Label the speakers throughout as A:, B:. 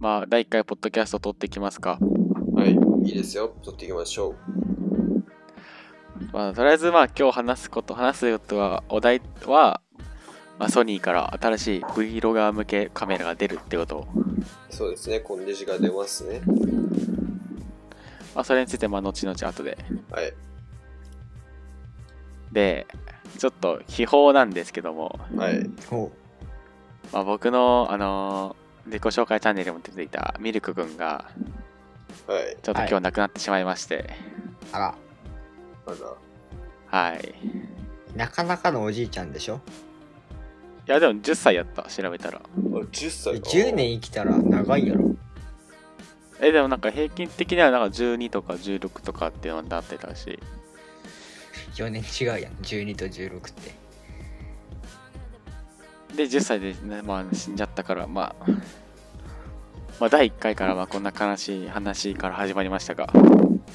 A: まあ、第1回ポッドキャスト撮っていきますか。
B: はい、いいですよ。撮っていきましょう。
A: まあ、とりあえず、まあ、今日話すこと、話すことは、お題は、まあ、ソニーから新しい Vlogger 向けカメラが出るってことを、
B: そうですね、コンデジが出ますね。
A: まあ、それについて、まあ、後々後で。
B: はい。
A: で、ちょっと、秘宝なんですけども、
B: はい。
C: お
A: まあ、僕の、あのー自己紹介チャンネルでも出ていたミルク君が、
B: はい。
A: ちょっと今日亡くなってしまいまして、
C: あら、
B: あら。
A: はい。い
C: なかなかのおじいちゃんでしょ
A: や、でも10歳やった、調べたら。
B: あ10歳か。
C: ?10 年生きたら長いやろ。
A: えでもなんか平均的にはなんか12とか16とかっていうのになってたし
C: 4年違うやん、12と16って。
A: で10歳で、ねまあ、死んじゃったから、まあ、まあ第1回からまあこんな悲しい話から始まりましたが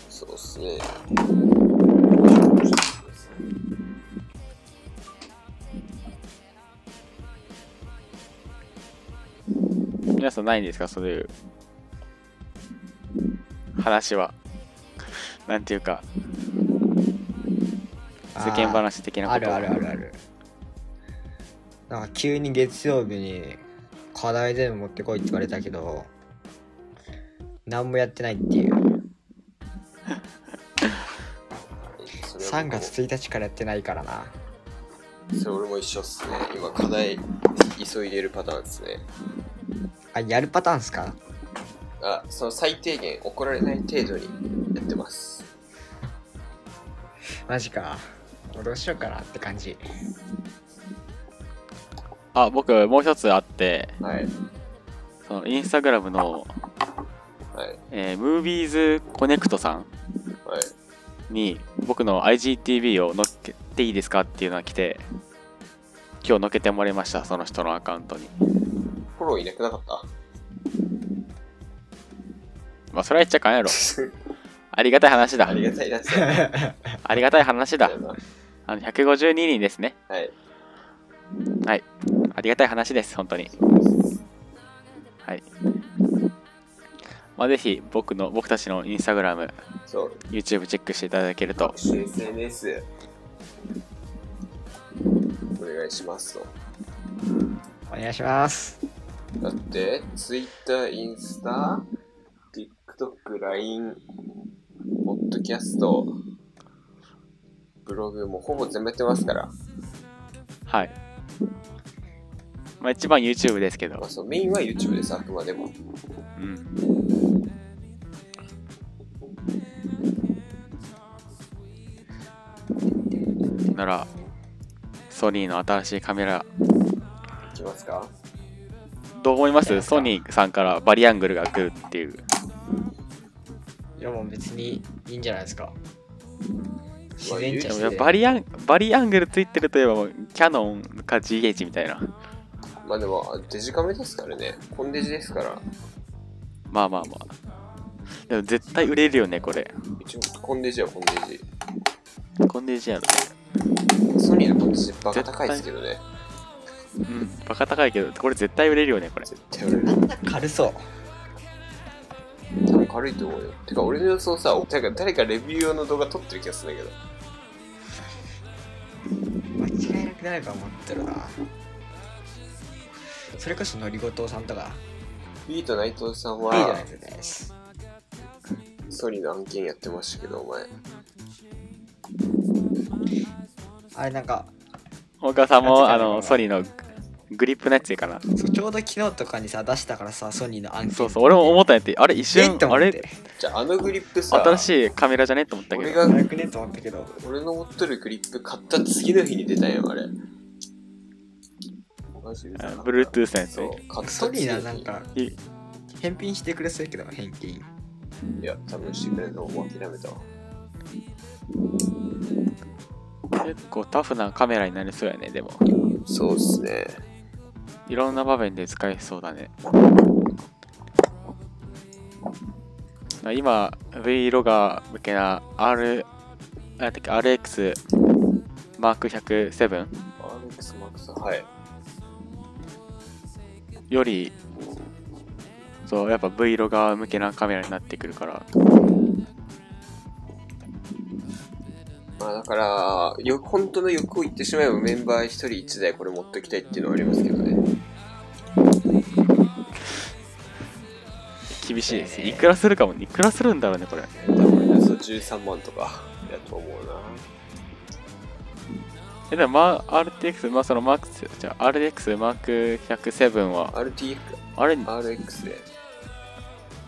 B: そうっすね。
A: 皆さんないんですかそういう話はなんていうか
C: あー
A: 世間話的なこと
C: あるあるあるある。なんか急に月曜日に課題全部持ってこいって言われたけど、何もやってないっていう。3月1日からやってないからな。
B: それ俺も一緒っすね。今、課題、急いでるパターンですね。
C: あ、やるパターンっすか
B: あ、その最低限怒られない程度にやってます。
C: マジか。もうどうしようかなって感じ。
A: あ僕もう一つあって
B: はい。
A: そのインスタグラムの、
B: はい。
A: えー、ムービーズコネクトさん
B: はい。
A: に僕の IGTV を乗っけていいですかっていうのが来て今日乗っけてもらいましたその人のアカウントに
B: フォローいなくなかった
A: まあそれは言っちゃかんや ろありがたい話だ
B: ありがたいなって。だ
A: ありがたい話だ
B: よな
A: あの152人ですね
B: はい。
A: ありがたい話です本当にはいまあぜひ僕の僕たちのインスタグラム
B: そう。
A: YouTube チェックしていただけると
B: SNS お願いしますと
C: お願いします。
B: だって Twitter、インスタ、TikTok、LINE、ポッドキャスト、ブログもほぼ全部やってますから、
A: はいまあ一番 YouTube ですけ
B: ま
A: ど
B: あ、そうメインは YouTube ですあくまでも
A: うんならソニーの新しいカメラ
B: いきますか
A: どう思いますソニーさんからバリアングルが来るっていう
C: いやもう別にいいんじゃないですか。自然っち
A: で
C: ゃ
A: も
C: 自
A: やっ
C: 然
A: ぱバリアンバリアングルついてるといえばもうキャノンか GH みたいな
B: まあでもデジカメですからねコンデジですから
A: まあまあまあでも絶対売れるよねこれ
B: うちもコンデジはコンデ
A: コンデジやろ
B: ジソニーのコンデジバカ高いですけどね
A: うんバカ高いけどこれ絶対売れるよねこれ
B: 絶対売れる
C: 軽そう。
B: 多分軽いと思うよてか俺の予想さなんか誰かレビュー用の動画撮ってる気がするんだけど
C: 間違いなく誰か持ってるなそれこそのりごとさんとか
B: ビート内藤さん
C: いいじゃ
B: は
C: ないですか
B: ソニーの案件やってましたけどお前
C: あれなんか
A: お母さんも
C: あ
A: あ
C: 違う
A: のソニーのグリップのやつかな
C: そうちょうど昨日とかにさ出したからさソニーの案件
A: そうそう俺も思ったんやってあれ一
C: えっ
A: 瞬
C: と思
A: あ
C: っ
A: れ
C: て
B: じゃああのグリップさ
A: 新しいカメラじゃねと思ったけ
B: 俺
A: ど
B: が
C: 悪くねと思ったけど
B: 俺の持っとるグリップ買った次の日に出たんやあれマジで
A: あ Bluetooth のやつ
B: そう買った
C: ソニ
B: 次
C: ー
B: の
C: な
B: 日
C: なんか
A: い
C: 返品してくれそうやけど返金
B: いや多分してくれるのもう諦めたわ
A: 結構タフなカメラになりそうやねでも
B: そうっすね
A: いろんな場面で使えそうだねな今 V ロガー向けな R なんだっけ RX マーク107
B: RX マックスはい
A: よりそうやっぱ Vlogger 向けなカメラになってくるから
B: まあだから、よ本当の欲を言ってしまえばメンバー一人一台これ持っておきたいっていうのはありますけどね。
A: 厳しいですね
C: えー
A: いくらするかもいくらするんだろうねこれ
B: 多分およそ13万とかやと思うな。
A: えでも、まあ、RTX まあそのマークじゃあ RTX マーク107は
B: RTF、
A: あれ
B: RX で。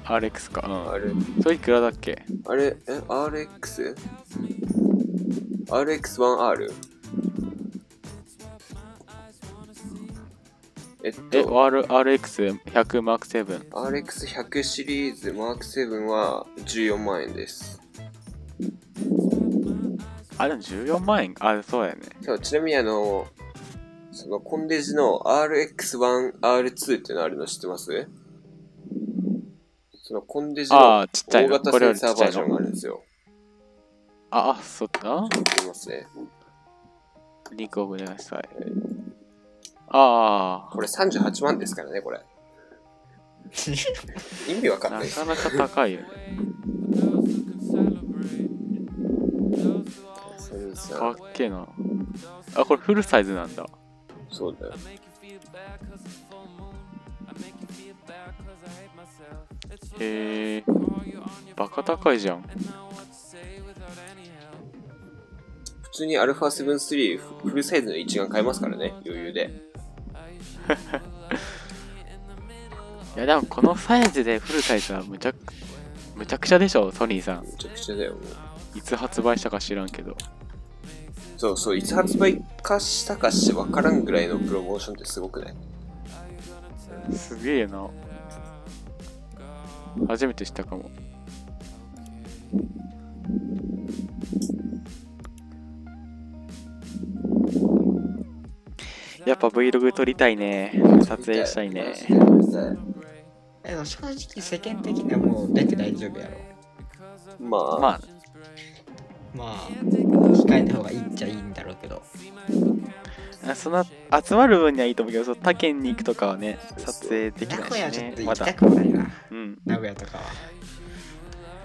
A: RX か
B: R、
A: うんそれいくらだっけ
B: あれ、え、RX?RX1R? RX1R えっ
A: え
B: と、
A: RX100 マーク7
B: RX100 シリーズ M7 は14万円です。
A: あでも14万円あそうやね
B: そうちなみにあの、そのコンデジの RX1、R2 っていうのあるの知ってますそのコンデジ
A: あ
B: の
A: あちっちゃい
B: 大
A: の
B: 型
A: これ
B: セ
A: よ
B: ン
A: りち
B: サ
A: っ
B: ー
A: ちゃい
B: バージョ
A: の
B: ンがあるんですよ。
A: ああそっか
B: 知ってますね。
A: リンクを送りなさいあ
B: これ38万ですからね、これ。意味わか
A: あ
B: んな
A: ない
B: です
A: かなか高いよね
B: センサ
A: かっ
B: ー
A: けえなあこれフルサイズなんだ
B: そうだよ。
A: へえバカ高いじゃん
B: 普通に α7-3 フフルサイズの一眼買えますからね、余裕で。
A: いやでもこのサイズでフルサイズはむちゃくむちゃくちゃでしょソニーさん
B: めちゃくちゃだよ、もう。
A: いつ発売したか知らんけど
B: そうそう、いつ発売かしたかしてわからんぐらいのプロモーションってすごくない
A: すげえよな初めて知ったかもやっぱ Vlog 撮りたいね撮影したいね
C: でも正直世間的にはもう出て大丈夫やろ
B: まあ、
A: まあ
C: まあ控えた方がいいっちゃいいんだろうけど
A: あその集まる分にはいいと思うけどそう他県に行くとかはね撮影でき
C: 名
A: な
C: 古屋はい
A: し
C: ちょっ
A: ね
C: と行
A: ま
C: きた
A: だ
C: くもないな
A: うん
C: 名古屋とかは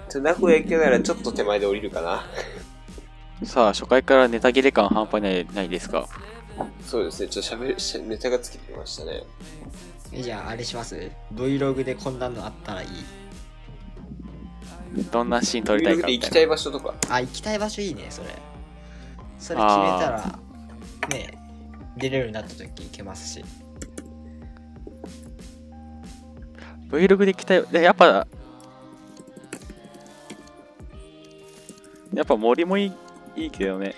B: じゃあ名古屋行けならちょっと手前で降りるかな。
A: さあ初回からネタ切れ感半端ないないですか
B: そうですね、ちょっと喋るし、ネタがつきてきましたね。
C: えじゃああれします Vlog でこんなのあったらいい
A: どんなシーン撮
B: ブ
A: り
B: リ
A: たい
B: ログ
A: か
B: で
A: み
B: 行
A: た
B: き
A: い
B: た
A: ない
B: 場所とか。
C: あ行きたい場所いいねそれそれ決め
A: あー
C: たらね出れるようになった時行けますし
A: Vlog で行きたいでやっぱやっぱ森もいいいいけどね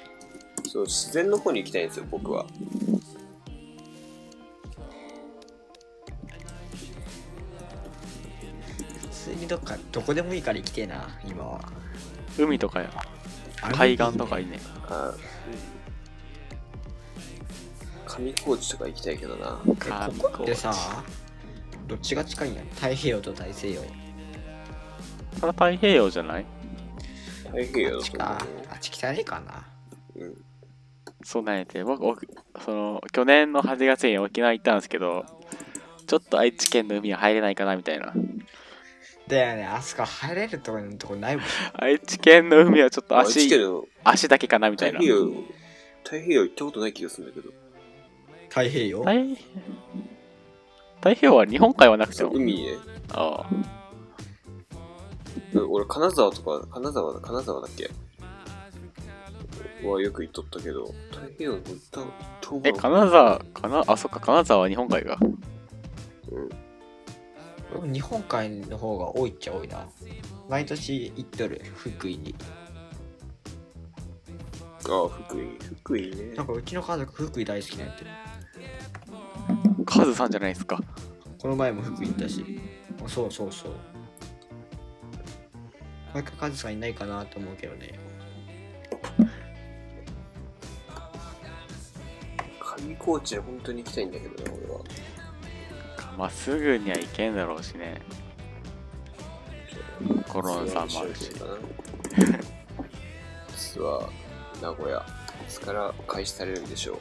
B: そう、自然の方に行きたいんですよ、僕は。
C: 普通にどっかどこでもいいから行きてえな今は
A: 海とかや
C: あれもい
A: 海
C: い
A: 岸
C: ね
A: とかいいね
B: あ上高地とか行きたいけどな。
A: か
C: ここってさどっちが近いんや太平洋と大西洋
A: それは太平洋じゃない
B: 太平洋
C: あっ
B: だ
C: ち
B: と思う
C: かあっち汚いかな
B: うん。
A: そうなんやて僕僕その去年の8月に沖縄行ったんですけどちょっと愛知県の海は入れないかなみたいな
C: だよねあそこ入れるとこのとこないもん
A: 愛知県の海はちょっと
B: あ愛知
A: 足
B: 県の
A: 足だけかなみた
B: 太
A: いな
B: 平洋、太平洋行ったことない気がするんだけど。
C: 太平洋
A: 太太平洋は日本海はなくて
B: そう
A: も
B: 海ね。
A: ああ
B: うん俺、金沢とか、金沢だ、金沢だっけはよく行っとったけど、太平洋の方行った、行った方が
A: え金沢かなあそっか金沢は日本海が
C: 日本海の方が多いっちゃ多いな毎年行っとる福井に
B: ああ、福井。福井ね
C: な。んかうちの家族福井大好きなんやって
A: カズさんじゃないですか
C: この前も福井行ったしあそうそうそうなんかカズさんいないかなと思うけどね
B: 上高地で本当に行きたいんだけどね、俺は。
A: まあすぐには行けんだろうしねコ
B: コ
A: ロンさんもあるし。
B: 実は、名古屋、いつから開始されるんでしょう。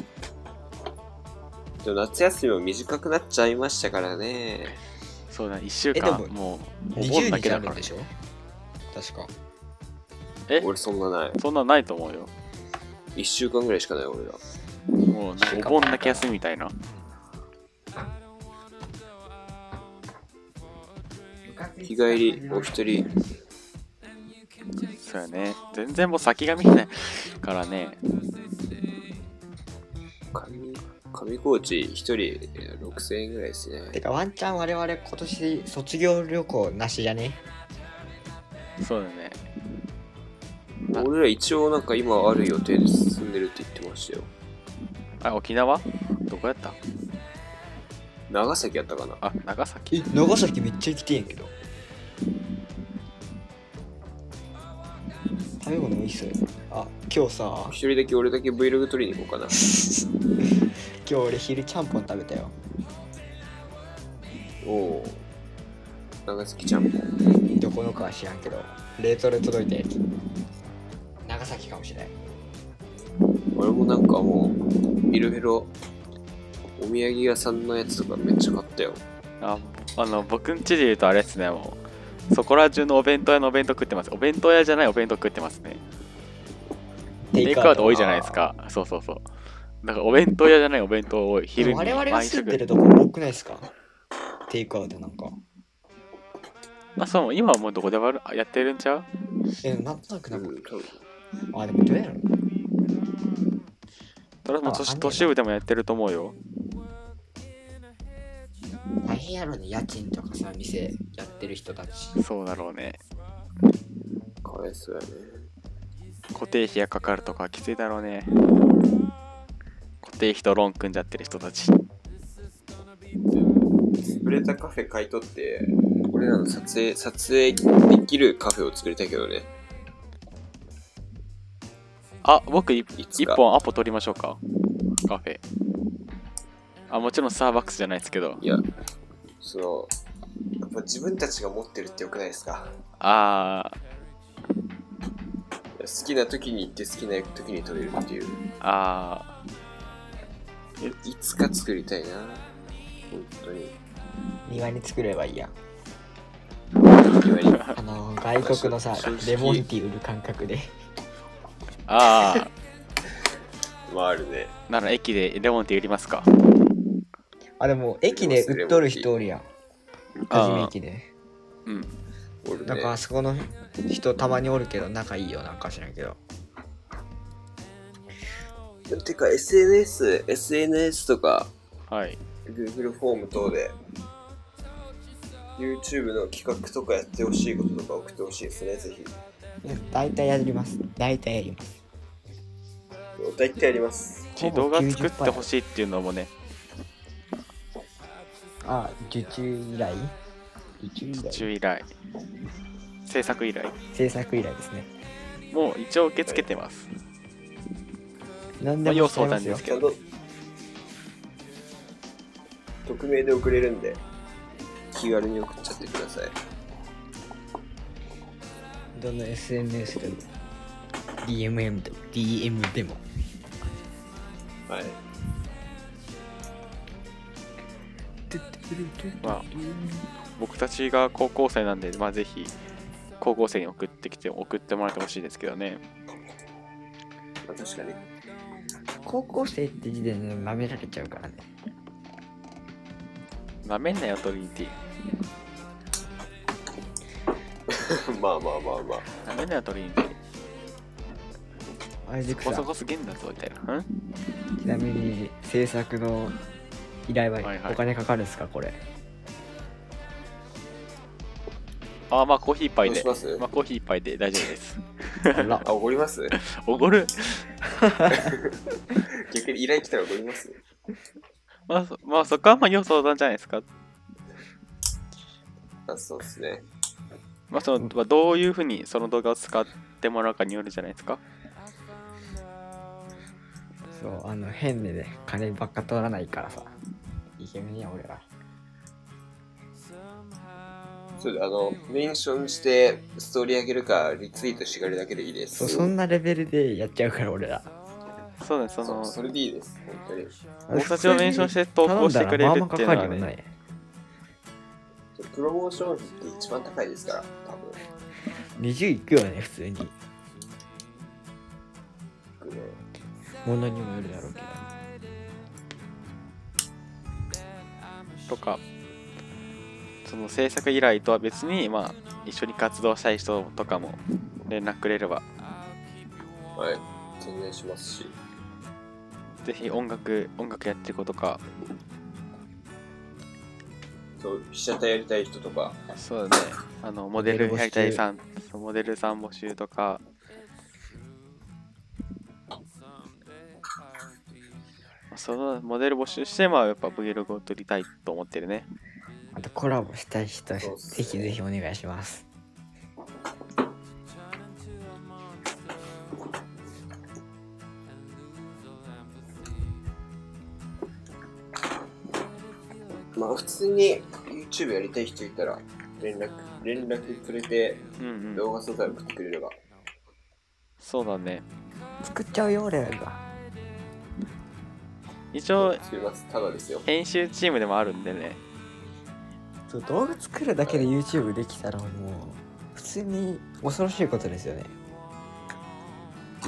B: でも夏休みも短くなっちゃいましたからね。
A: そうだね1週
C: えで
A: 間
C: も
A: もうお盆
C: 20
A: だけ
C: 日あ
A: だ
C: る
A: か
C: ん
A: ら
C: でしょ確か
A: え
B: 俺そんなない。
A: そんなんないと思うよ
B: 1週間ぐらいしかない俺ら。
A: もうなんかお盆だけ休みみたいな
B: 日帰りお一人。
A: そうやね全然もう先が見えないからね
B: 上上高地一人えー6000円ぐらいですね。
C: てかワンチャン我々今年卒業旅行なしじゃね
A: そうだねあ
B: 俺ら一応なんか今ある予定で進んでるって言ってましたよ。
A: あ沖縄どこやった
B: 長崎やったかな
A: あ長崎
C: え長崎めっちゃ行きてえんやけど食べ物美味しそうやなあ今 日さ
B: 一人だけ俺だけ Vlog 撮りに行こうかな。
C: 今日俺昼ちゃんぽん食べたよ
B: おおう。長崎ちゃんぽん。
C: どこのかは知らんけど冷凍で届いたやつ長崎かもしれない
B: 俺もなんかもう、いろいろお土産屋さんのやつとかめっちゃ買ったよ。
A: ああの僕ん家で言うとあれですねもうそこら中のお弁当屋のお弁当食ってますお弁当屋じゃないお弁当食ってますねテイクアウト多いじゃないですかそうそうそうだからお弁当屋じゃないお弁当多い昼
C: で
A: に
C: も我々が
A: 毎
C: 住ん
A: 食
C: でるとこ多くないですかテイクアウトなんか
A: まあそう今はもうどこでもあるあやってるんちゃう
C: えなんとなく
B: う
C: なんか
B: ん、多分
C: あでもどうやろう
A: それはもう
C: あ
A: 都市
C: あんねんな
A: 都市部でもやってると思うよ
C: 大変やろね家賃とかさ店やってる人たち
A: そうだろうね
B: かわいそうやね。
A: 固定費がかかるとかきついだろうね固定費とローン組んじゃってる人たち
B: 潰れたカフェ買い取って、俺らの撮影、撮影できるカフェを作りたいけどね。
A: あ僕い
B: いつ
A: 一
B: か
A: 本アポ取りましょうかカフェあもちろんスターバックスじゃないですけど
B: いや、その、やっぱ自分たちが持ってるってよくないですか
A: あー
B: 好きな時に行って好きな時に取れるっていう。
A: あ
B: いつか作りたいな。本当に。
C: 庭に作ればいいや
B: 今に
C: あのー外国のさ
B: 正直
C: レモンティー売る感覚で
A: ーああ
B: まああるね。
A: なら駅でレモンティー売りますか
C: あでも駅で売っとる人おるやん
A: あー
C: 初め駅で
A: うん
B: おるね。
C: なんかあそこの人たまにおるけど仲いいよなんか知らんけど
B: てか SNS、SNS とか
A: はい
B: Google フォーム等で YouTube の企画とかやってほしいこととか送ってほしいですね、ぜひ。
C: いや大体やります大体やります
B: 大体やります。
A: 自動画作ってほしいっていうのもね
C: あ受注依頼受注依頼
A: 注意依頼制作依頼
C: 制作依頼ですね
A: もう一応受け付けてます
C: 何で
A: まあ要
C: も使
A: 相
C: いま
A: 談
C: す
A: で
C: よ
A: すけ
B: ちゃんと匿名で送れるんで気軽に送っちゃってください。
C: どの SNS でも DMM でも DM でも
B: はい。
A: まあ僕たちが高校生なんでまあぜひ高校生に送ってきて送ってもらってほしいですけどね
B: まあ確かに。
C: 高校生って時点で舐められちゃうからね
A: なめんなよトリニティ
B: まあまあまあまあ。
A: なめんなよトリニティ
C: あれでく
A: こそ
C: さ
A: こすげんだぞみたいなうん
C: ちなみに制作の依頼は
A: はいはい
C: お金かかるんですか これ
A: あまあコーヒー一杯
B: どう
A: で
B: します
A: まあコーヒー一杯で大丈夫です
C: あら
B: あ、怒ります
A: おごる
B: 逆に依頼来たら怒ります
A: まあそまあそこはまあ要相談じゃないですか
B: あ、そうですね。
A: まあそのまあどういうふうにその動画を使ってもらうかによるじゃないですか
C: そうあの変でね金ばっか取らないからさイケメンや俺ら
B: そうだ、あの、メンションしてストーリー上げるか、リツイートしがるだけでいいです。
C: そうそんなレベルでやっちゃうから俺ら
A: そうねそ
B: そ
A: の
B: うそれでいいです、本当に。
A: 僕たちをメンションして投稿してくれるっていうのは
C: 頼んだらまあまあかかる
A: ね
C: よね
B: ちょっプロモーション費って一番高いですから、多分。
C: 20いくよね普通に
B: グレー
C: ものにもよるだろうけど
A: とかその制作依頼とは別に、まあ、一緒に活動したい人とかも連絡くれれば
B: はい、全然しますし。
A: ぜひ音楽音楽やってる子とか
B: そう、被写体やりたい人とか、
A: そうだねあのモデルやりたいさんそうモデルさん募集とかまあそのモデル募集してまあやっぱ Vlog を撮りたいと思ってるね
C: あとコラボしたい人、
B: そうっすね
C: ぜひぜひお願いします
B: まあ普通に YouTube やりたい人いたら、連絡、連絡くれて、
A: うんうん
B: 動画素材送ってくれれば。
A: そうだね
C: 作っちゃうよ俺らが
A: 一応
B: 作ります。ただですよ。
A: 編集チームでもあるんでね
C: そう動画作るだけで YouTube できたらもう普通に恐ろしいことですよね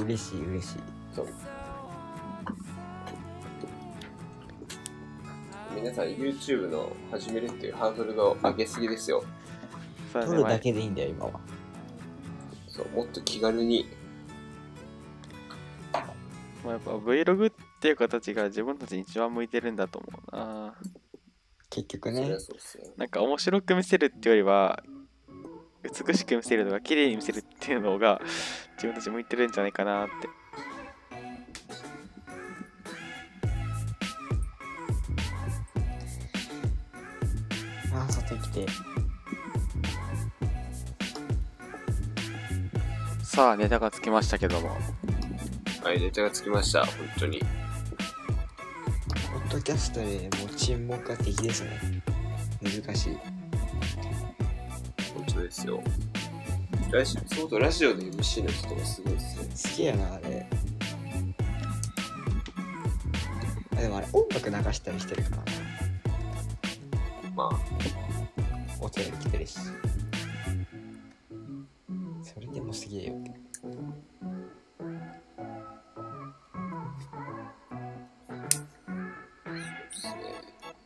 C: 嬉しい嬉しい
B: そう。皆さん YouTube の始めるっていうハードルの上げすぎですよ。
A: そうだ
C: 撮
A: ね
C: る
A: まあ
C: だけでいいんだよ今は
B: そう、もっと気軽に。
A: まあ、やっぱ Vlog っていう形が自分たちに一番向いてるんだと思うな
C: 結局
B: そり
C: ね
B: ゃそうですよ。
A: なんか面白く見せるっていうよりは美しく見せるとか綺麗に見せるっていうのが自分たち向いてるんじゃないかなって
C: あー外来て
A: さあネタがつきましたけども
B: はい、ネタがつきました。本当に。
C: ポッドキャストでもう沈黙が敵ですね難しい
B: 本当ですよ。ラジそうそうラジオで MC の人がすごいですね。
C: 好きやなあれあでもあれ音楽流したりしてるからな
B: まあ、
C: 音より来てるしそれでもすげえよ
B: そうですね。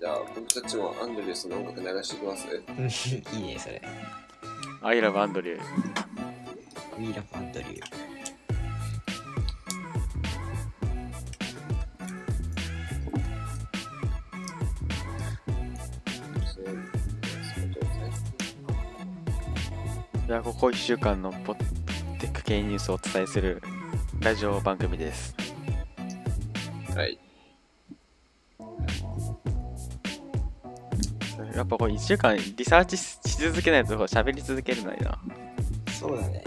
B: じゃあ、僕たちもアンドリュースの音楽流していきます。
C: いいねそれ
A: 「I love アンドリュー
C: We love Andrew
B: そうそうですね」
A: ではここ1週間のポッテック系ニュースをお伝えするラジオ番組です
B: はい。
A: やっぱこれ1週間リサーチしし続けないと喋り続けれないな
C: そうだね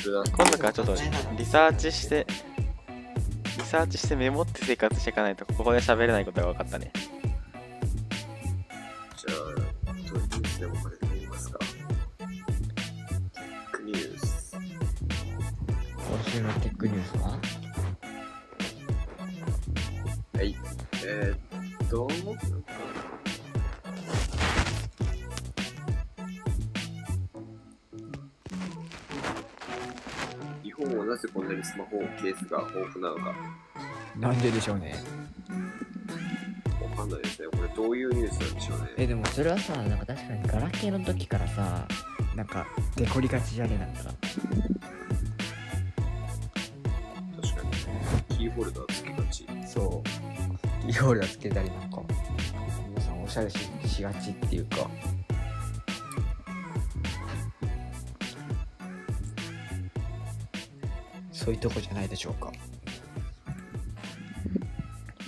B: それだ。
A: 今度からちょっとリサーチしてリサーチしてメモって生活していかないとここで喋れないことが分かったね
B: じゃあ、どういうニュースでもこれでいますか。クニュース。
C: 今週のテックニュースは
B: はい。えー、っと、日本はなぜこんなにスマホケースが豊富なのか、
C: なんででしょうね
B: わかんないですね。これどういうニュースなんでしょうね。
C: えでもそれはさなんか確かにガラケーの時からさなんかデコりがちじゃねなんか
B: 確かに。キーホルダーつけがち。
C: そうイオールがつけたりなんか皆さんおしゃれししがちっていうかそういうとこじゃないでしょうか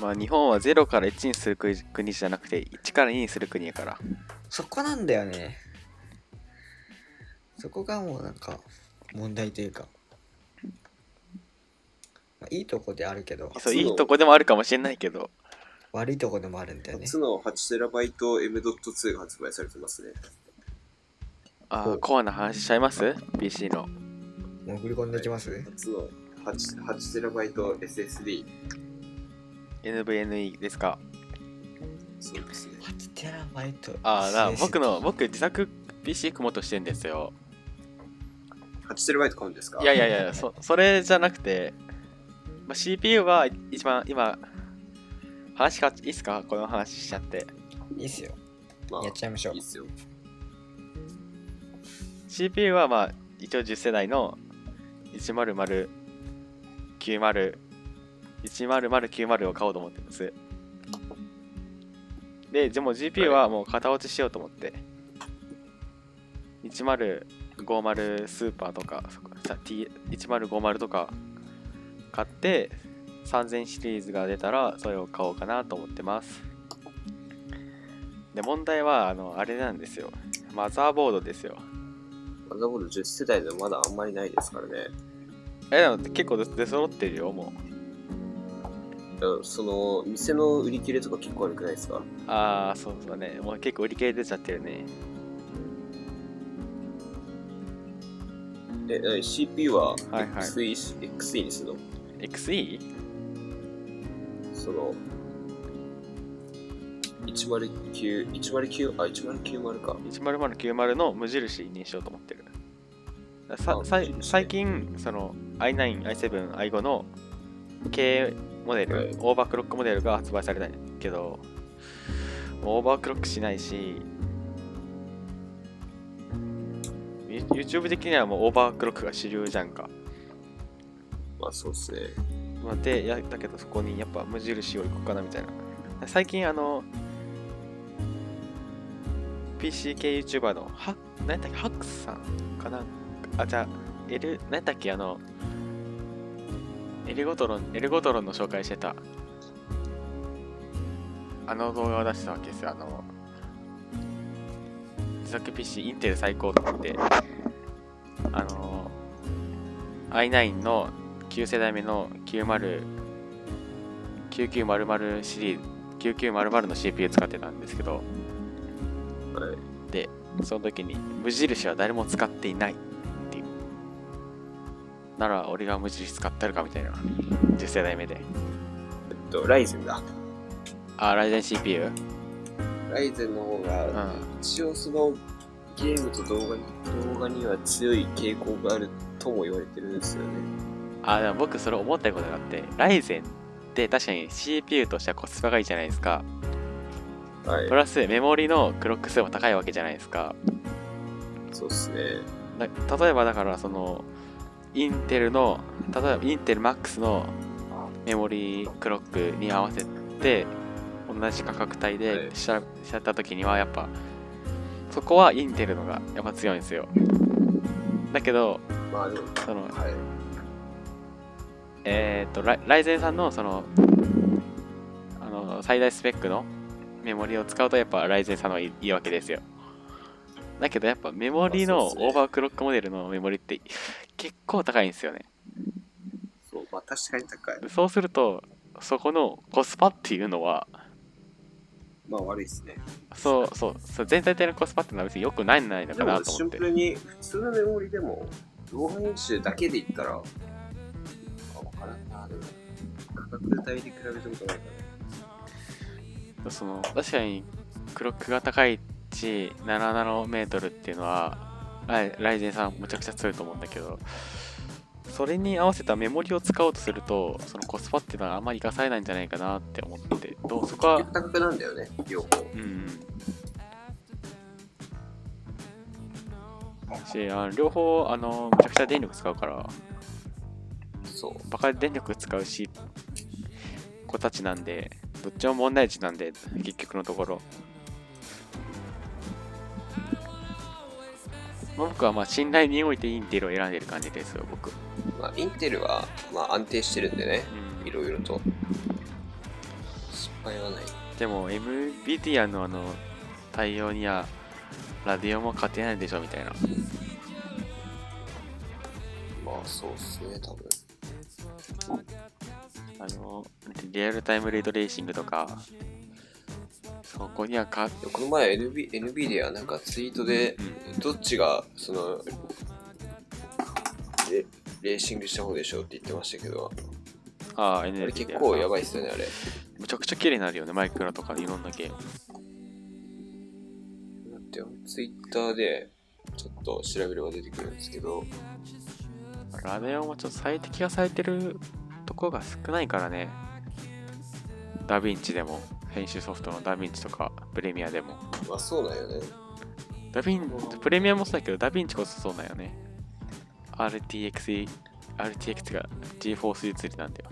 A: まあ日本は0から1にする国国じゃなくて1から2にする国やから
C: そこなんだよねそこがもうなんか問題というか、まあ、いいとこであるけど
A: そう
B: そう
A: いいとこでもあるかもしれないけど
C: 悪いとこでもあるんだよね
B: 初の 8TBM.2 が発売されてますね。
A: あ
C: そ
A: ー
C: う
A: コアな話しちゃいます ?PC の
C: 潜り込んできます、
B: 初の 8- 8TBSSD。
A: NVNE ですか
B: そうですね。
C: 8テラバイト
A: あーだから僕の僕自作 PC 組もうとしてんですよ
B: 8テラバイト買うんですか
A: いやいやいやそそれじゃなくて、まあ、CPU は一番今話かいいっすかこの話しちゃって
C: いいっすよ
B: まあ、
C: やっちゃいましょう
B: いいっすよ。
A: CPU はまあ一応10世代の100901009090を買おうと思ってますででも GPU はもう型落ちしようと思って1050スーパーとかそこさ T- 1050とか買って3000シリーズが出たらそれを買おうかなと思ってますで問題はあのあれなんですよマザーボードですよ
B: マザーボード10世代でもまだあんまりないですからね。
A: えでも結構出出揃ってるよもう
B: いやその、店の売り切れとか結構悪くないですか
A: ああそうそうねもう結構売り切れ出ちゃってるね
B: え、何 CPU は
A: はいはい
B: XE,、XE にするの
A: XE?
B: その、109、109、あ、1090か。
A: 10090の無印にしようと思ってるさ
B: あ
A: さ
B: 無印ね
A: 最近その i9、i7、i5 の系モデル、
B: はい
A: オーバークロックモデルが発売されたけどオーバークロックしないし You- YouTube 的にはもうオーバークロックが主流じゃんか
B: まあ、そうっすね。
A: まあ、でやだけどそこにやっぱ無印を行こうかなみたいな最近あの PC 系 YouTuber のは何やったっけハックさんかなあじゃあ L 何やったっけあのエルゴトロンエルゴトロンの紹介してたあの動画を出したわけですよあの自作 PC インテル最高とかってあの i9 の9世代目の90 9900シリーズ9900の CPU 使ってたんですけど
B: はい。
A: その時に無印は誰も使っていないっていうなら俺が無印使ってるかみたいな10世代目で
B: えっと、ライゼンだ。
A: あライゼン CPU
B: ライゼンの方
A: う
B: が、
A: ん
B: 一応その、ゲームと動画に、動画には強い傾向があるとも言われてるんですよね。
A: あでも僕それ思ったことがあってライゼンって確かに CPU としてはコスパがいいじゃないですか
B: はい
A: プ。ラスメモリのクロック数も高いわけじゃないですか
B: そうっすね。
A: な例えばだからそのインテルの例えばインテル MAX のメモリークロックに合わせて同じ価格帯
B: は
A: で
B: い
A: しちゃしちゃった時にはやっぱそこはインテルのがやっぱ強いんですよだけど
B: まあ、でも、
A: その
B: はい。
A: えっ、とライライゼンさんのそのあの最大スペックのメモリを使うとやっぱライゼンさんの方がいいいいわけですよだけどやっぱメモリ
B: まあ
A: の
B: そうっすね
A: オーバークロックモデルのメモリって結構高いんですよね
B: そう、まあ確かに高い。
A: でそうするとそこのコスパっていうのは
B: まあ悪いですね。
A: そうそうそう全体的なコスパっていうのは別に良くないんじゃないの
B: で
A: かな
B: も
A: と
B: シ
A: 思っ
B: ン
A: て
B: プルに普通のメモリでも動画編集だけで言ったら、あ、わからんな、でも価格帯で比べたことないか
A: その確かにクロックが高いし7ナノメートルっていうのはライライゼンさんむちゃくちゃ強いと思うんだけどそれに合わせたメモリを使おうとするとそのコスパっていうのはあんまり生かされないんじゃないかなって思ってどうそこ
B: ら。
A: は
B: 結局高なんだよね、両方。
A: うんしあの両方あのめちゃくちゃ電力使うから
B: そう。
A: バカ電力使うし子たちなんでどっちも問題児なんで結局のところまあ僕はまあ信頼においてインテルを選んでる感じですよ僕、う
B: まあインテルは、まあ安定してるんでね、い
A: ん、
B: ろいろと。失敗はない。
A: でも NVIDIA のあの対応にはラディオも勝てないでしょみたいな
B: まあそうっすね、多分。
A: あのリアルタイムレートレーシングとかそこにはか
B: でもこの前 NB、NVIDIA なんかツイートで、どっちがそのレレーシングした方でしょうって言ってましたけど、
A: ああ
B: あれ
A: NVIDIA
B: 結構やばいっすよね、あれ。
A: むちゃくちゃ綺麗になるよねマイクラとかいろんなゲーム
B: ってよ。ツイッターで、ちょっと調べれば出てくるんですけど、
A: ラメオもちょっと最適化されてるとこが少ないからね。ダヴィンチでも、編集ソフトのダヴィンチとか、プレミアでも。
B: まあそうだよね。
A: ダヴィン、プレミアもそうだけど、ダヴィンチこそそうなんよね。RTX、RTX が GForce 移りなんだよ。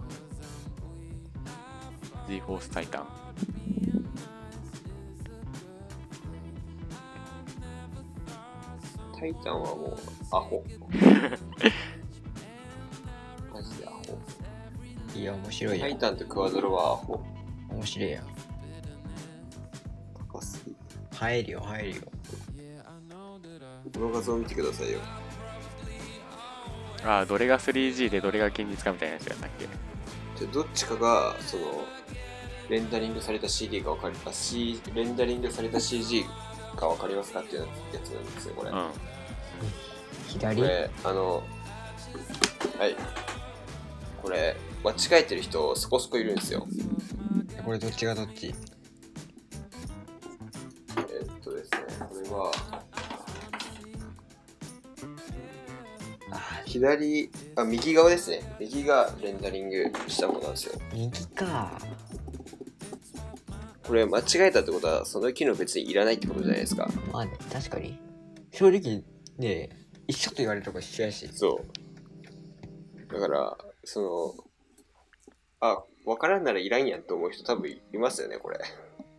A: GForce タイタン。
B: タイタンはもう、アホ。マジでアホ。
C: いや、面白い
B: タ
C: や
B: イ。タンとクワドロはアホ。
C: 面白いや。
B: 高すぎる。
C: 入るよ、入るよ。
B: この画像を見てくださいよ。
A: ああ、どれが 3G でどれが現実かみたいなやつやったっけ。
B: じゃあどっちかが、その、レンダリングされた CD が分かり、あ、C、レンダリングされた CG が分かりますかっていうやつなんですよ、これ。
A: うん。
C: 左
B: これあのはいこれ間違えてる人そこそこいるんですよ
C: これどっちがどっち
B: えっとですねこれは
C: あ
B: 左あ右側ですね右がレンダリングしたものなんですよ
C: ー、右か。
B: これ間違えたってことはその機能別にいらないってことじゃないですか
C: まあね、確かに。正直、ね一緒と言われるとこ一緒やし。
B: そうだからそのあ分からんならいらんやんと思う人多分いますよねこれ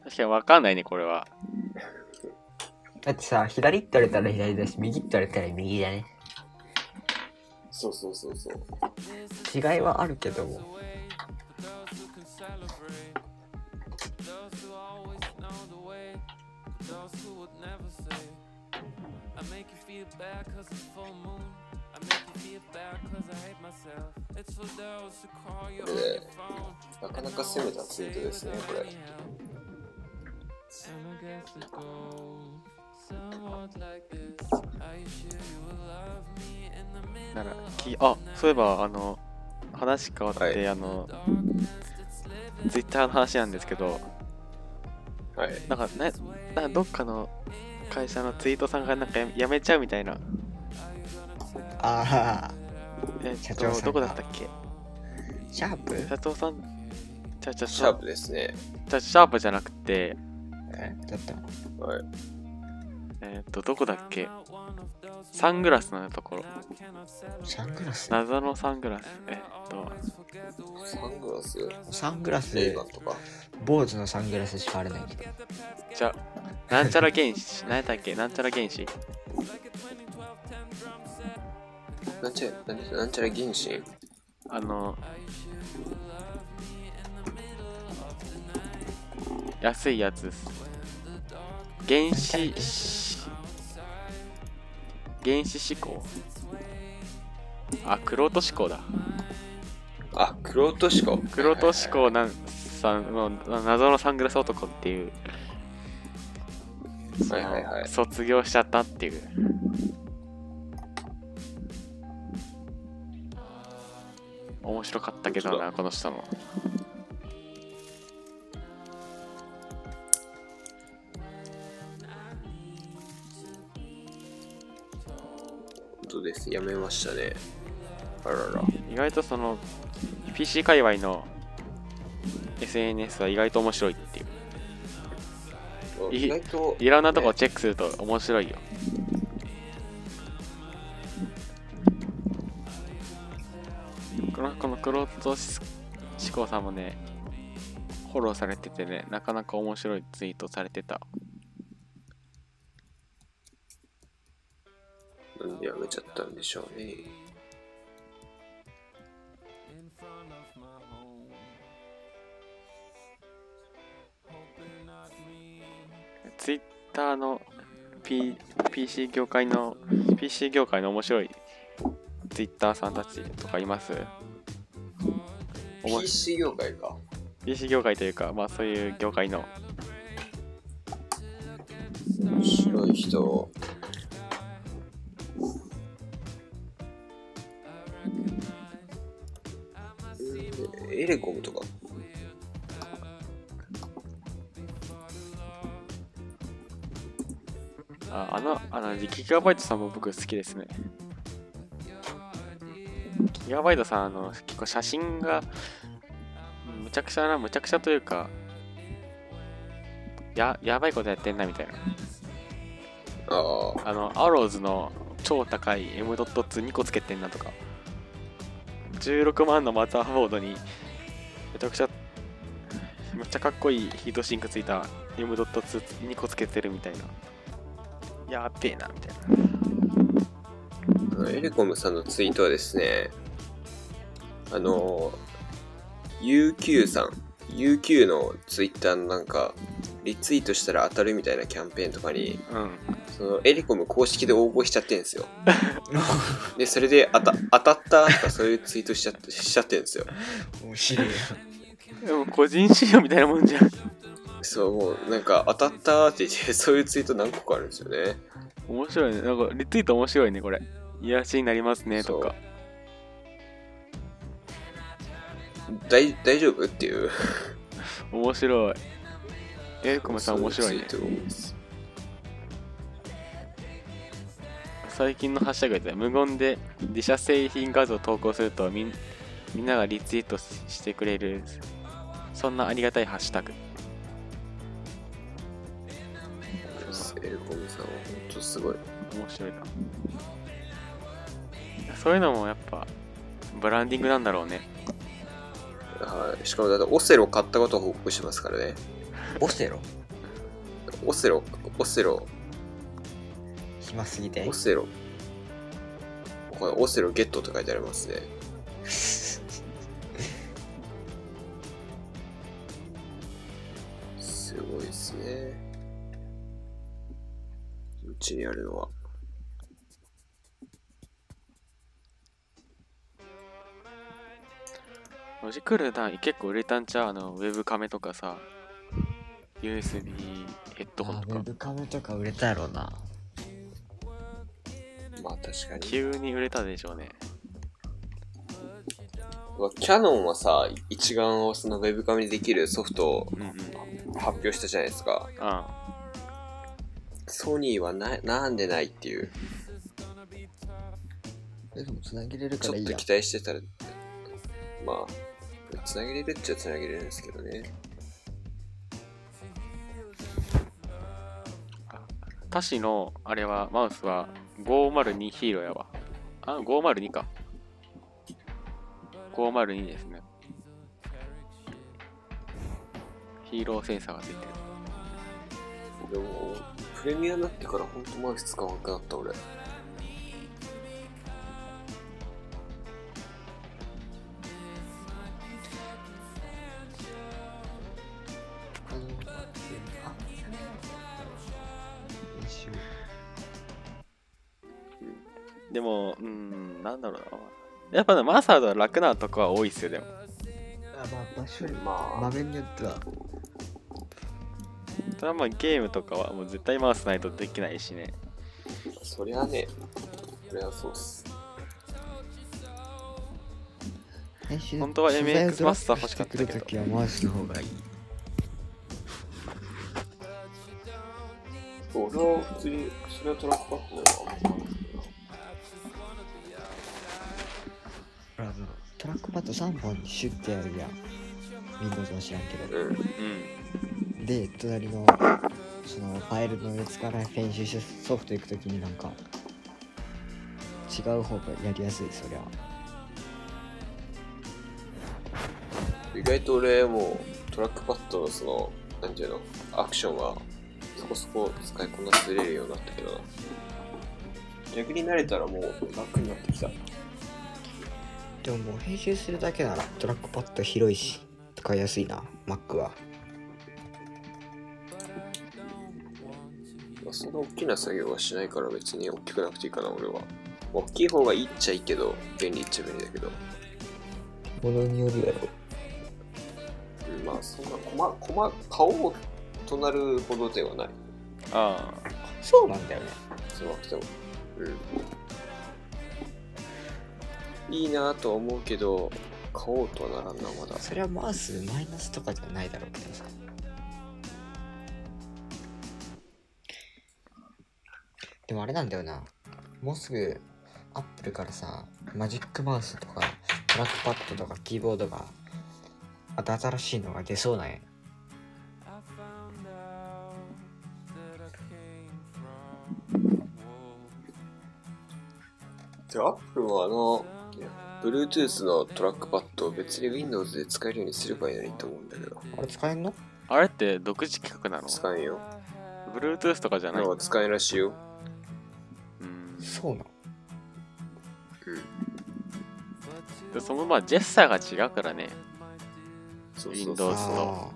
A: 確かにわかんないね、これは。
C: だってさ、左って言われたら左だし、右って言われたら右だね。
B: そうそうそうそう
C: 違いはあるけども。
D: I make you feel bad cause it's full moon. I make you feel bad cause I hate myself. It's for those who call you on
B: これ
D: your
B: で
D: phone.
B: なかなか攻めたツイートですねこれ
D: And I guess it goes somewhat like this. Are you sure you will love me in the
A: な
D: middle
A: ら
D: of
A: きあそういえばあの話変わって、
B: はい
A: あのツイッターの話なんですけど
B: はい
A: なんか,、ね、なんかどっかの会社のツイートさんがなんかややめちゃうみたいな、
C: あ
A: えっと
C: 社長さんが
A: どこだったっけ
C: ー、シャープ
A: 社長さんちゃちゃ
B: シャープですね
A: ちゃシャープじゃなくて
C: えだった
B: はい
A: えっとどこだっけサングラスのところ
C: サングラス
A: 謎のサングラスえっと
B: サングラス
C: サングラス
B: レイガンとか
C: 坊主のサングラスしかあれないけど。
A: じゃなんちゃら原子何やったっけなんちゃら原子
B: なんちゃらなんちゃらなんちゃら原神
A: あの安いやつです原子原子思考あクロート思考だ
B: あクロートシコ
A: クロート思考なんさんのな謎のサングラス男っていうそ
B: はい
A: の
B: はいはい
A: 卒業しちゃったっていう面白かったけどなこの人も
B: そうですやめましたねあらら
A: 意外とその PC 界隈の SNS は意外と面白いっていうい
B: 意外と
A: いろんなとこをチェックすると面白いよこのこのクロート志向さんもねフォローされててねなかなか面白いツイートされてた
B: なんでやめちゃったんでしょうね
D: in front of my home? Hoping not me.
A: ツイッターの、P、PC 業界の PC 業界の面白いツイッターさんたちとかいますおも
B: PC 業界か
A: PC 業界というかまあそういう業界の
B: 面白い人えーエレコムとか
A: あの、あの、ギガバイトさんも僕好きですね。ギガバイトさん、あの、結構写真が、むちゃくちゃな、むちゃくちゃというか、や、やばいことやってんな、みたいな。
B: ああ
A: あの、アローズの超高い M.2 個つけてんなとか、16万のマザーボードに、めちゃくちゃ、めっちゃかっこいいヒートシンクついた M.22 個つけてるみたいな。やっべえな、みたいな。
B: あのエレコムさんのツイートはですねあの UQ さん UQ のツイッターのなんかリツイートしたら当たるみたいなキャンペーンとかに
A: うん。
B: そのエリコム公式で応募しちゃってんですよでそれで当た当たったとかそういうツイートしちゃってしちゃってんですよ
C: 面白い
A: でも個人資料みたいなもんじゃん。
B: そうもうなんか当たったって言って そういうツイート何個かあるんですよね
A: 面白いね。なんか、リツイート面白いね、これ。癒やしになりますね、とか。
B: 大大丈夫っていう
A: 面白い。エルコムさん面白いね。
B: そううツイート多です
A: 最近のハッシュタグで無言で自社製品画像を投稿するとみんみんながリツイートししてくれるそんなありがたいハッシュタグ
B: エルコムさんは本当すごい
A: 面白いなそういうのもやっぱブランディングなんだろうね
B: はい、しかもだってオセロ買ったことを報告しますからね。
C: オセロ
B: オセロ、オセロ、
C: 暇すぎて
B: オセロ。これオセロゲットって書いてありますね。すごいですね。うちにあるのは。
A: ロジクール単結構売れたんちゃうあのウェブカメとかさ USB ヘッドホン
C: あ
A: と
C: ウェ
A: か
C: ブカムとか売れたやろうな
B: まあ確かに。
A: 急に売れたでしょうね
B: うわキャノンはさ、一眼をそのウェブカメにできるソフトを
A: うんうん
B: 発表したじゃないですか。
A: あ
B: ソニーはな、なんでないっていう。
C: でもつなげれる
B: ちょっと期待してたら、まあ、つなげれるっちゃつなげれるんですけどね。
A: 他社のあれはマウスは502ヒーローやわあ502か502ですねヒーローセンサーがついてる
B: でも、プレミアになってからほんとマウス使わなくなった俺。
A: でもうーんなんだろうなやっぱねマサードは楽なとこは多いっすよでも
C: あまあ場所に
B: ま
C: 場
B: あ、
C: 面によっては
A: ただまあゲームとかはもう絶対マウスないとできないしね
B: そりゃね、そりゃそうっす。
A: 本当は MX マスター欲しかったけど
C: 取材をドロップしてくるときはマウスの方がいい
B: 俺は普通に、それはトラックパッドだよ。
C: ほらあのトラックパッド3本にシュッてやるやん Windows も知らんけど
B: うん。
A: う
C: で隣のそのファイルの列から編集してソフト行くときになんか違う方がやりやすいそりゃ
B: 意外と俺、もう、トラックパッドのその、なんていうの、アクションは、そこそこ使いこなせれるようになったけどな。逆に慣れたらもう楽になってきた。
C: でももう編集するだけならトラックパッド広いし使いやすいな Mac は
B: まあ、そんな大きな作業はしないから別に大きくなくていいかな俺は大きい方がいいっちゃいいけど便利っちゃ便利だけど、
C: ものによるやろ
B: うんまあそんな細細買おうとなるほどではない
A: んああ
C: そうなんだよね
B: そうなくてもうんいいなとは思うけど買おうとはならんなまだ
C: それはマウスマイナスとかじゃないだろうけどさでもあれなんだよな。もうすぐ、アップルからさ、マジックマウスとか、トラックパッドとか、キーボードが、また新しいのが出そうなんや。
D: I found out that I came from wolves.
B: で、アップルはあの、いや Bluetooth のトラックパッドを別に Windows で使えるようにすればいいのにと思うんだけど、
C: あれ使えんの
A: あれって独自企画なの
B: 使えんよ。
A: ?Bluetooth とかじゃない
B: なんか使えんらしいよ。
A: うん
C: そうなの
A: でそのまあジェスチャーが違うからね
B: そうそうそう
A: Windows の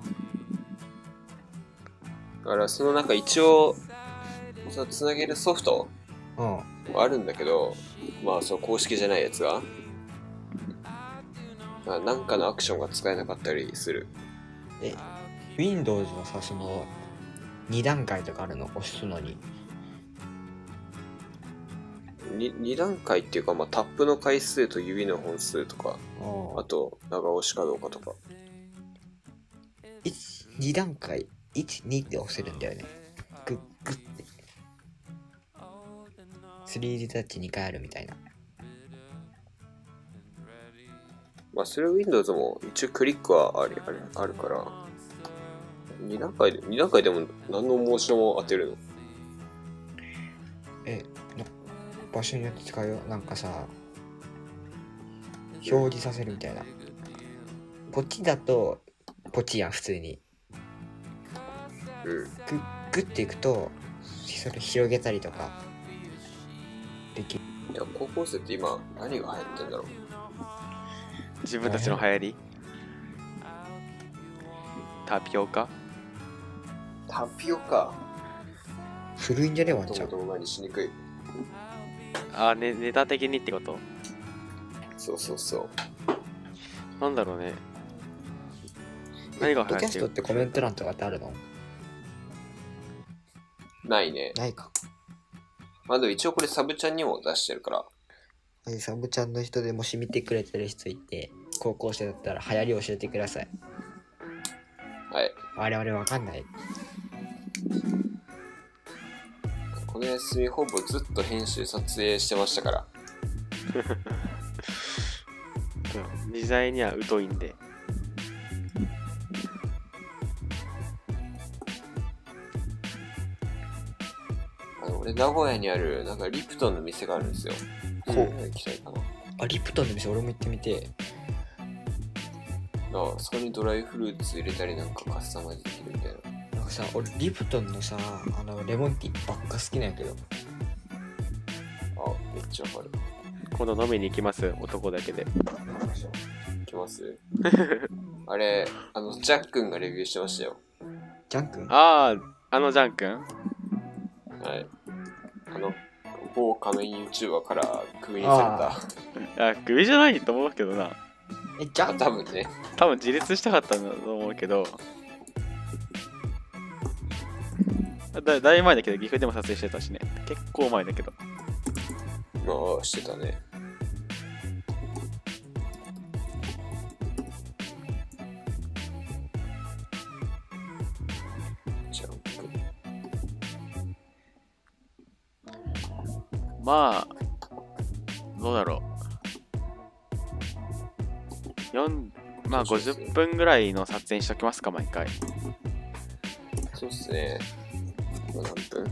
C: あ
B: だからそのなんか一応、そのつなげるソフト
C: あ。うん。
B: あるんだけど、まあその公式じゃないやつが、まあ、なんかのアクションが使えなかったりする。
C: え、Windows のさ、その、2段階とかあるの押すのに。
B: に2段階っていうか、まあ、タップの回数と指の本数とかあ
C: あ
B: と長押しかどうかとか
C: 2段階、1、2で押せるんだよね。グッグッて。3D タッチ2回あるみたいな。
B: まあそれ Windows も一応クリックはあるあるあるから2段階で二段階でも何のモーションを当てるの
C: え、な場所によって使うよ。なんかさ、表示させるみたいな。こっちだと、ポチやん、普通に。
B: うん
C: グッグッていくと、それ広げたりとか。できる。
B: いや高校生って今何が流行ってんだろう
A: 自分たちの流行りタピオカ
B: タピオカ
C: 古いんじゃねえワン
B: と
C: ちゃ
B: も
C: ん。
B: とも前にしにくい
A: あ、ね、ネタ的にってこと
B: そうそうそう
A: なんだろうね何
C: え
A: が
C: ポッ
A: 流
C: ドキ
A: 行
C: ャ
A: ってる
C: ストってコメント欄とかってあるの
B: ないね
C: ないか。
B: まあでも一応これサブちゃんにも出してるから
C: えサブちゃんの人でもし見てくれてる人いて、高校生だったら流行り教えてください。
B: はい
C: 我々わかんない。
B: この休みほぼずっと編集撮影してましたから
A: うん時代には疎いんで
B: あの俺名古屋にあるなんかリプトンの店があるんですよ。
C: ほう
B: 行きたいかな。
C: あ、リプトンの店俺も行ってみて。
B: あそこにドライフルーツ入れたりなんかカスタマイズできるみたいな。
C: なんかさ、俺リプトンのさ、あの、レモンティーばっか好きなんやけど。
B: あめっちゃわかる。
A: 今度飲みに行きます男だけで
B: 行きます あれあのジャックンがレビューしてましたよ。
C: ジャン君
A: あああのジャン君
B: はい。あの某仮面 YouTuber からクビにさ
A: あクビじゃないと思うけどな
C: え、ジ
B: れた。
C: ャ
B: あ
C: ン
B: 多分ね。
A: 多分自立したかったんだと思うけどだだいぶ前だけど岐阜でも撮影してたしね結構前だけど
B: まあしてたね。ジャックン
A: まあどうだろう4まあ50分ぐらいの撮影にしときますか毎回
B: そうっすね。もう何分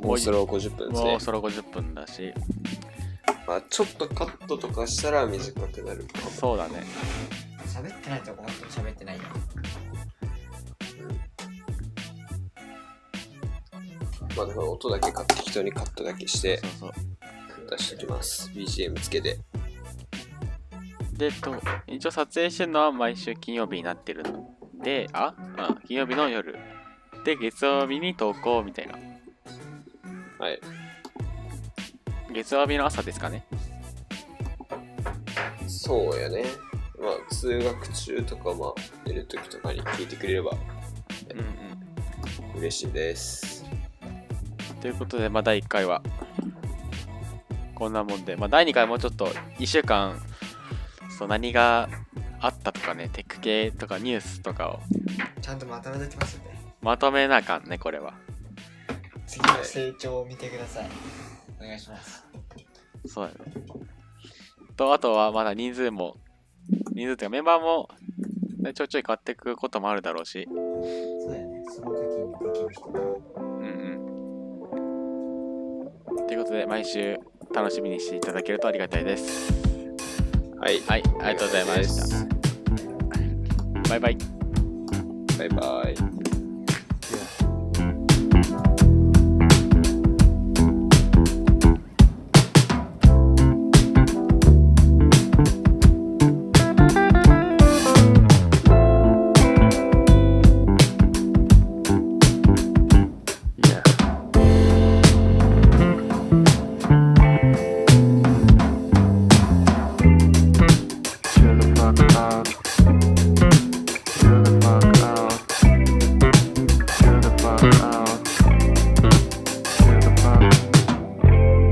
B: もうそろ50分です
A: も
B: ね
A: う。そろ50分だし
B: まあ、ちょっとカットとかしたら短くなるかも。
A: そうだね
C: 喋ってないとこ本当に喋ってないよ。
B: まあ、だから音だけカット適当にカットだけして
A: そうそう
B: 出しておきます。BGM つけて。
A: でと一応撮影してるのは毎週金曜日になってるのでああ金曜日の夜で月曜日に投稿みたいな
B: はい。
A: 月曜日の朝ですかね
B: そうやね。まあ、通学中とか、まあ、寝るときとかに聞いてくれれば
A: うんうん
B: 嬉しいです。
A: ということでまあ第1回はこんなもんでまあ第2回もうちょっと1週間そう何があったとかねテック系とかニュースとかを
C: ちゃんとまとめときますね。
A: まとめなあかんねこれは
E: 次の成長を見てください。お願いします。
A: そうだね。と、あとはまだ人数も、人数っていうかメンバーも、ね、ちょいちょい変わっていくこともあるだろうし、
E: そうやね。その時にできる人が。
A: うんうん。ということで、毎週楽しみにしていただけるとありがたいです。
B: はい。
A: はい、ありがとうございました。バイバイ。
B: バイバイ。
F: Chill the fuck out. Chill the fuck out. Chill the fuck out. Chill the fuck out.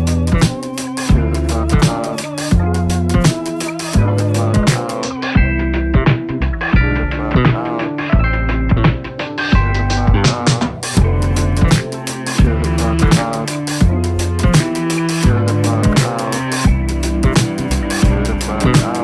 F: Chill the fuck out. Chill the fuck out. Chill the fuck out. Chill the fuck out. Chill the fuck out. Chill the fuck out. Chill the fuck out.